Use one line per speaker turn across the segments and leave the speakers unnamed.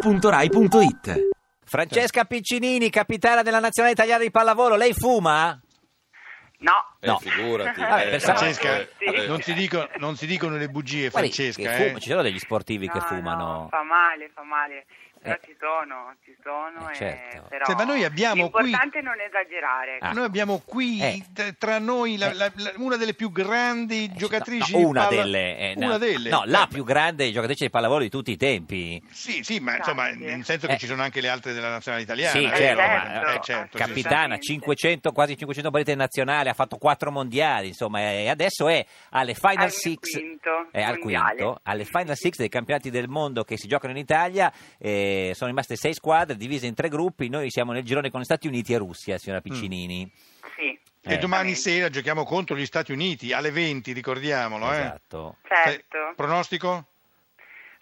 radio2pod.rai.it
Francesca Piccinini, capitana della nazionale italiana di pallavolo, lei fuma?
No,
Eh, figurati.
Vabbè,
eh,
pensavo-
Francesca,
eh, vabbè.
non, ti dico- non si dicono le bugie,
Guardi,
Francesca.
che
eh.
fuma- Ci sono degli sportivi che
no,
fumano. Ah.
no, fa male, fa male. Però
Eh.
ci sono, ci sono.
Eh,
e-
certo.
però
Cioè, ma noi abbiamo qui-
L'importante è non esagerare.
Ah.
Noi abbiamo qui
Eh.
t- tra noi la- la- la- una delle più grandi
Eh,
giocatrici
no,
di
una
palla-
delle, eh,
una
no,
delle.
no, la
Eh,
più grande giocatrice di pallavolo di tutti i tempi.
Sì, sì, ma insomma,
Grazie.
nel senso che
Eh.
ci sono anche le altre della nazionale italiana.
sì,
eh,
certo,
eh,
ma-
eh, certo, sì, sì.
capitana,
Assolutamente.
500, quasi 500 partite nazionali, ha fatto 4 mondiali, insomma, e adesso è alle Final
Al
Six.
quinto
eh, al
mondiale.
quinto, alle Final Six dei campionati del mondo che si giocano in Italia eh, sono rimaste sei squadre divise in tre gruppi. Noi siamo nel girone con gli Stati Uniti e Russia, signora
Mm.
Piccinini.
Sì,
E
Eh,
domani sera giochiamo contro gli Stati Uniti alle 20, ricordiamolo. eh.
esatto.
certo.
Eh, Pronostico?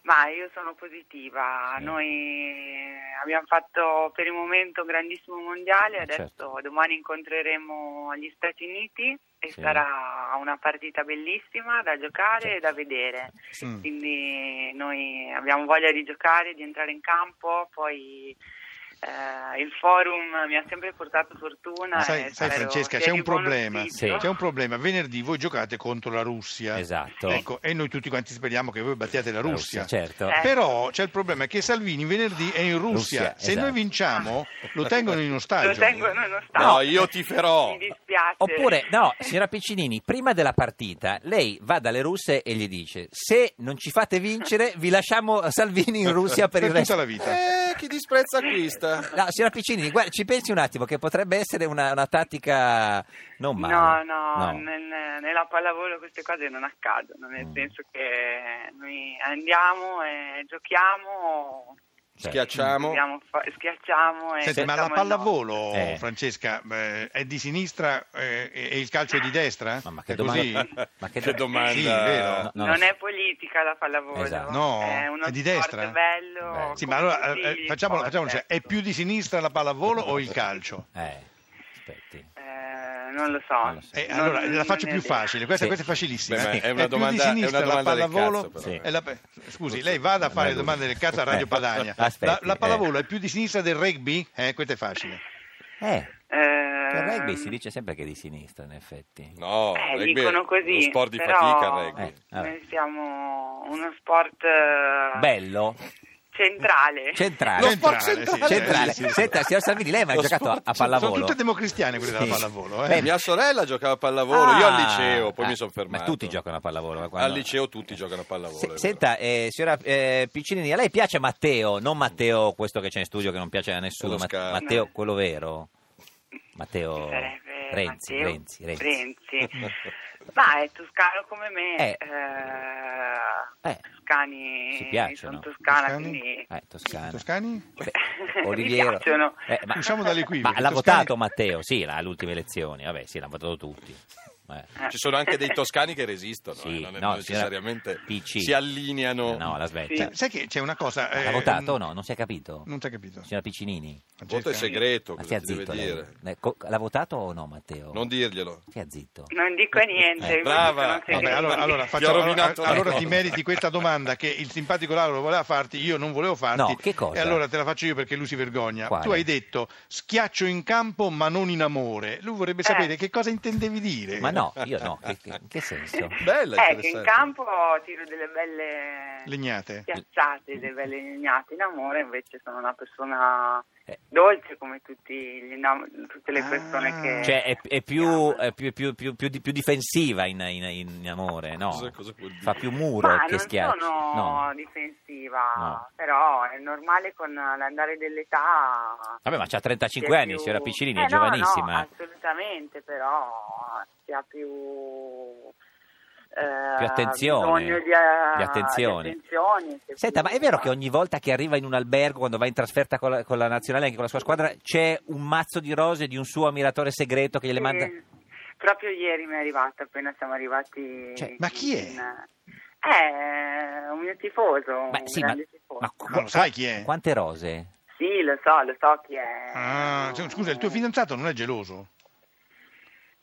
Ma io sono positiva. Noi abbiamo fatto per il momento un grandissimo mondiale,
Eh,
adesso
certo.
domani incontreremo gli Stati Uniti e
Sì.
sarà una partita bellissima da giocare e da vedere.
Mm.
Quindi noi abbiamo voglia di giocare, di entrare in campo, poi eh, il forum mi ha sempre portato fortuna.
Ma sai,
e
sai,
spero
Francesca,
sia
c'è un
riconosciuto.
problema.
eh, Sì.
C'è un problema. Venerdì voi giocate contro la Russia.
Esatto.
Ecco, e noi tutti quanti speriamo che voi battiate la
La
Russia.
certo.
Eh.
Però c'è il problema che Salvini venerdì è in Russia.
Russia,
Se
esatto.
noi vinciamo, lo tengono in ostaggio.
Ah. Lo tengono in ostaggio.
No, io tiferò.
Mi dispiace.
Oppure, no, signora Piccinini, prima della partita lei va dalle russe e gli dice: Se non ci fate vincere, vi lasciamo Salvini in Russia per il
tutta
resto.
la vita.
Eh, chi disprezza acquista.
No, signora Piccinini, guarda, ci pensi un attimo, che potrebbe essere una, una tattica non male.
No, no,
No. cioè,
nel- nella pallavolo queste cose non accadono, nel
Mm.
senso che noi andiamo e giochiamo,
Cioè,
Schiacciamo.
andiamo fa- schiacciamo e
Senti, ma la
facciamo il
pallavolo,
Eh.
Francesca, eh, è di sinistra eh, e il calcio è di destra?
Mamma, che
è
domanda-
così?
Ma che
che domanda.
Sì, vero.
No,
nostro.
no,
Non
no.
è politica la pallavolo,
Esatto.
No,
è uno
è di
sport
destra?
bello.
Bello.
Sì,
come
ma allora
tutti
eh,
gli
facciamolo,
sport.
facciamolo, cioè, è più di sinistra la pallavolo o il calcio?
Eh, aspetti.
Eh, non lo so.
Non lo so.
Eh,
Non-
allora, la
non
faccio
ne
più
ho idea.
facile, questa,
Sì.
questa è facilissima.
Beh, ma
eh.
è una
più
domanda-
di sinistra
è una
la
domanda del
pallavolo.
cazzo, però.
Sì.
è la pa- Scusi, lei vada a fare le domande del cazzo a Radio Padania. La,
Aspetti,
la
eh.
pallavolo è più di sinistra del rugby? Eh, questa è facile.
Eh,
Eh,
il rugby si dice oh, sempre che è di sinistra, in effetti.
No,
Eh,
rugby è
dicono così.
uno sport di
però
fatica, il rugby.
Eh, vabbè.
Noi siamo uno sport eh,
Bello,
centrale.
centrale.
Centrale, sì,
Centrale.
sì, sì.
Senta, signor Salvini, lei ha mai
Lo
giocato a,
sport-
a
Sono
pallavolo?
tutte democristiane quelle
Sì.
della pallavolo. eh.
Beh,
Mia sorella giocava a pallavolo, io al
Ah,
liceo, poi
ah,
mi sono fermato.
Ma tutti giocano a pallavolo. ma quando-
Al liceo tutti giocano a pallavolo.
Se-
è vero.
senta, eh, signora eh, Piccinini, a lei piace Matteo, non Matteo questo che c'è in studio che non piace a nessuno,
Quello
ma-
scarno.
Matteo quello vero? Matteo
Sarebbe
Renzi,
Matteo
Renzi, Renzi.
Renzi. Ma è toscano come me.
Eh.
Eh.
Eh.
Toscani.
Ci piacciono.
Sono toscana,
Toscani?
quindi.
Eh, Toscana.
Toscani?
Beh,
Mi
Oliviero.
piacciono.
Eh, ma,
Usciamo dalle qui.
ma
perché
l'ha
Toscani-
votato Matteo, sì, là, alle ultime elezioni. Vabbè, sì, l'hanno votato tutti. Eh.
Ci sono anche dei toscani che resistono,
Sì,
eh, non è-
no,
non necessariamente
signora Picci.
si allineano.
No, la sveglia.
Sì.
Cioè, Sai- Sai che c'è una cosa...
L'ha
Ehm,
eh,
votato o no? Non si è capito?
Non ti ha capito.
Signora Piccinini?
Il voto è
Francesca?
segreto,
Ma
cosa
stia
ti deve
zitto
dire?
lei. Eh, co- L'ha votato o no Matteo?
Non dirglielo.
Stia zitto.
Non dico niente.
Eh,
brava.
sono segreti.
Vabbè, allora,
Ti
allora,
ho
facciamo- eh,
rovinato la
allora
cosa.
ti meriti questa domanda che il simpatico Lauro voleva farti, io non volevo farti.
No, che cosa?
E allora te la faccio io perché lui si vergogna.
Quale?
Tu hai detto schiaccio in campo ma non in amore. Lui vorrebbe
Eh.
sapere che cosa intendevi dire.
Ma no, io no. Che, che- in che senso?
Eh,
Bella,
che in
interessante.
campo tiro delle belle
Legnate.
schiacciate, delle belle legnate in amore, invece sono una persona
Eh.
dolce come tutti gli innam- tutte le persone
Ah.
che...
Cioè, è, è più, è più, più, più, più di- più difensiva in, in- in amore, no?
Cosa- cosa vuol dire?
Fa più muro
Ma
che
non
schiaccia.
sono
No.
difensiva,
No.
però è normale con l'andare dell'età.
Vabbè, ma c'ha 35
si è
anni,
più-
signora Piccinini,
Eh,
è
no,
giovanissima.
no, assolutamente, però si ha più. eh,
Più attenzione,
bisogno di, eh,
di attenzione.
di attenzioni, si
Senta, ma
più-
è vero che ogni volta che arriva in un albergo, quando va in trasferta con la, con la nazionale, anche con la sua squadra, c'è un mazzo di rose di un suo ammiratore segreto che gliele
Sì,
manda?
Proprio ieri mi è arrivata, appena siamo arrivati.
Cioè,
ma chi è?
È un mio tifoso.
Ma
un
sì, ma,
grande tifoso.
ma
Non lo sai chi è?
quante rose?
Sì, lo so, lo so chi è. Ah, cioè,
Ah, scusa, il tuo fidanzato non è geloso?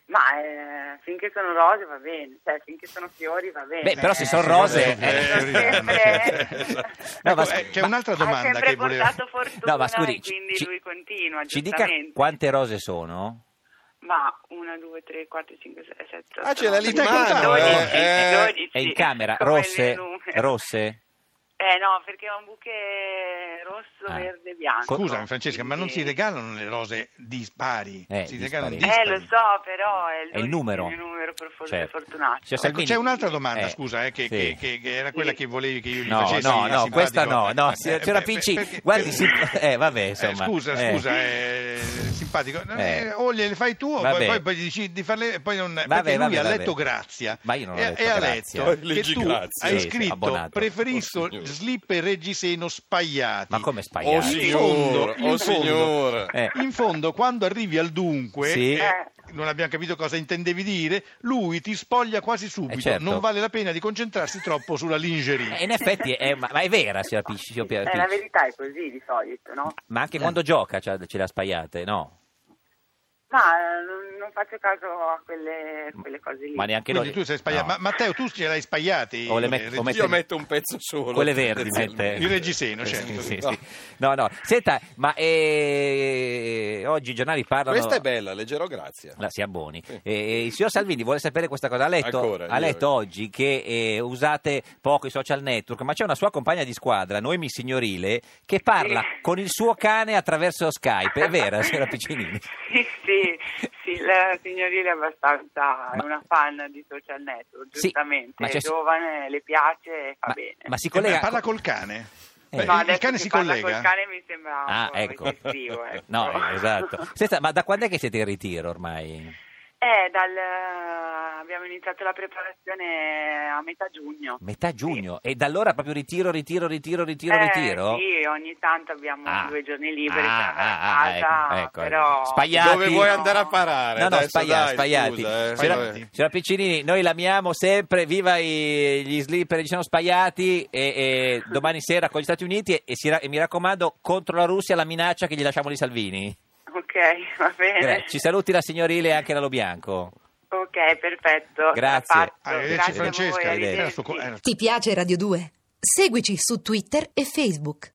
Ma eh, finché sono rose va bene, cioè finché sono fiori va bene.
Beh, però se sono
Eh,
rose,
eh, certo.
eh,
sono sempre-
No,
Ecco,
ma
eh, c'è
ma-
un'altra
ha
domanda
sempre
che volevo...
portato fortuna
No, ma scusi,
e quindi
ci-
lui continua,
Ci dica
giustamente.
quante rose sono?
Ma 1, 2, 3, 4, 5, 6, 7, 8,
Ah, ce l'ha lì in
12,
mano,
eh, eh.
12,
È in camera,
come
rosse?
il numero.
Rosse?
Eh no, perché è un bouquet rosso,
Ah.
verde e bianco.
Scusami Francesca, ma non si
Quindi-
regalano le rose dispari,
Eh,
si regalano
dispari.
Eh,
dispari.
lo so, però è il,
È il numero.
per for-
Certo.
fortunato.
Signor
Ecco,
Salvini-
c'è un'altra domanda,
Eh,
scusa, eh, che,
sì.
che- che- che era quella che volevi che io gli
No,
facessi.
no,
eh,
no,
simpatico.
questa no, no,
Eh,
signora
eh, per-
Pinci,
perché-
guardi, si- eh, vabbè, insomma,
scusa,
eh.
scusa, eh, simpatico.
Eh.
Eh, o gliele fai tu, o
Vabbè.
poi, poi, poi gli dici di farle, poi non...
Vabbè,
perché lui
vabbè,
ha
vabbè.
letto Grazia
Ma io non ho
e,
letto
e ha
Grazia.
letto che
Leggi
tu
Grazia.
Sì,
hai
sì,
scritto
abbonato.
preferisco
Oh, signore.
slip e reggiseno spagliati.
Ma come sbagliato?
Oh
Sì.
signor,
In
oh
fondo.
signor.
Eh.
In fondo, quando arrivi al dunque,
Sì.
eh, non abbiamo capito cosa intendevi dire, lui ti spoglia quasi subito.
Eh, certo.
Non vale la pena di concentrarsi troppo sulla lingerie.
Eh, In effetti, è, ma, ma è vera, signora Pinci, signor Pia-
Eh, la
Pinci.
verità è così di solito, no?
ma anche quando
Eh.
gioca ce ce la spaiate, no?
Ma eh, non, non faccio caso a quelle, quelle cose lì.
Ma neanche
Quindi
noi-
tu sei sbagliato.
no.
Ma Matteo, tu ce l'hai sbagliati?
O le met-
eh,
o met-
regi-
Io metto un pezzo solo.
Quelle verdi
Tendenzialmente.
mette.
il reggiseno,
Sì,
certo.
Eh, sì,
No.
sì. No, no. Senta, ma eh, oggi i giornali parlano...
Questa è bella, leggerò grazia.
La, sia buoni. Eh, il signor Salvini vuole sapere questa cosa. Ha letto,
Ancora,
ha
io-
letto oggi che eh, usate poco i social network, ma c'è una sua compagna di squadra, Noemi Signorile, che parla
Sì.
con il suo cane attraverso Skype. È vera, signora Piccinini?
Sì, sì, sì, la signorina è abbastanza è
Ma-
una fan di social network,
Sì,
giustamente,
ma c'è-
è giovane, le piace e fa
Ma,
bene.
ma si
Eh, beh,
collega...
parla col cane.
Eh.
Beh,
No,
il
adesso
cane
che
si
parla
collega?
col cane mi sembra
Ah,
un po'
ecco.
eccessivo, ecco.
No, eh, esatto. Senta, ma da quando è che siete in ritiro ormai?
Eh, dal, abbiamo iniziato la preparazione a metà giugno.
Metà giugno. E da allora proprio ritiro, ritiro, ritiro, ritiro,
Eh,
ritiro?
Sì, ogni tanto abbiamo
Ah.
due giorni
Ah,
liberi per andare
ah, ah,
a casa,
ecco, ecco,
però...
ecco. Spagliati.
Dove vuoi andare a parare?
No, no,
Adesso,
spagliati,
dai,
spagliati.
scusa, eh.
Signora-
Spagliati.
signora Piccinini, noi l'amiamo sempre, viva i- gli slipper, diciamo, spagliati, e, e domani sera con gli Stati Uniti e, e si ra- e mi raccomando, contro la Russia la minaccia che gli lasciamo di Salvini.
Ok, va bene.
Gra- Ci saluti la signorile e anche l'alo bianco.
Ok, perfetto.
Grazie.
fatto.
Arrivederci
Grazie a voi, eh.
Ah, Francesca,
arrivederci.
era il suo co- era il
Ti piace Radio 2? Seguici su Twitter e Facebook.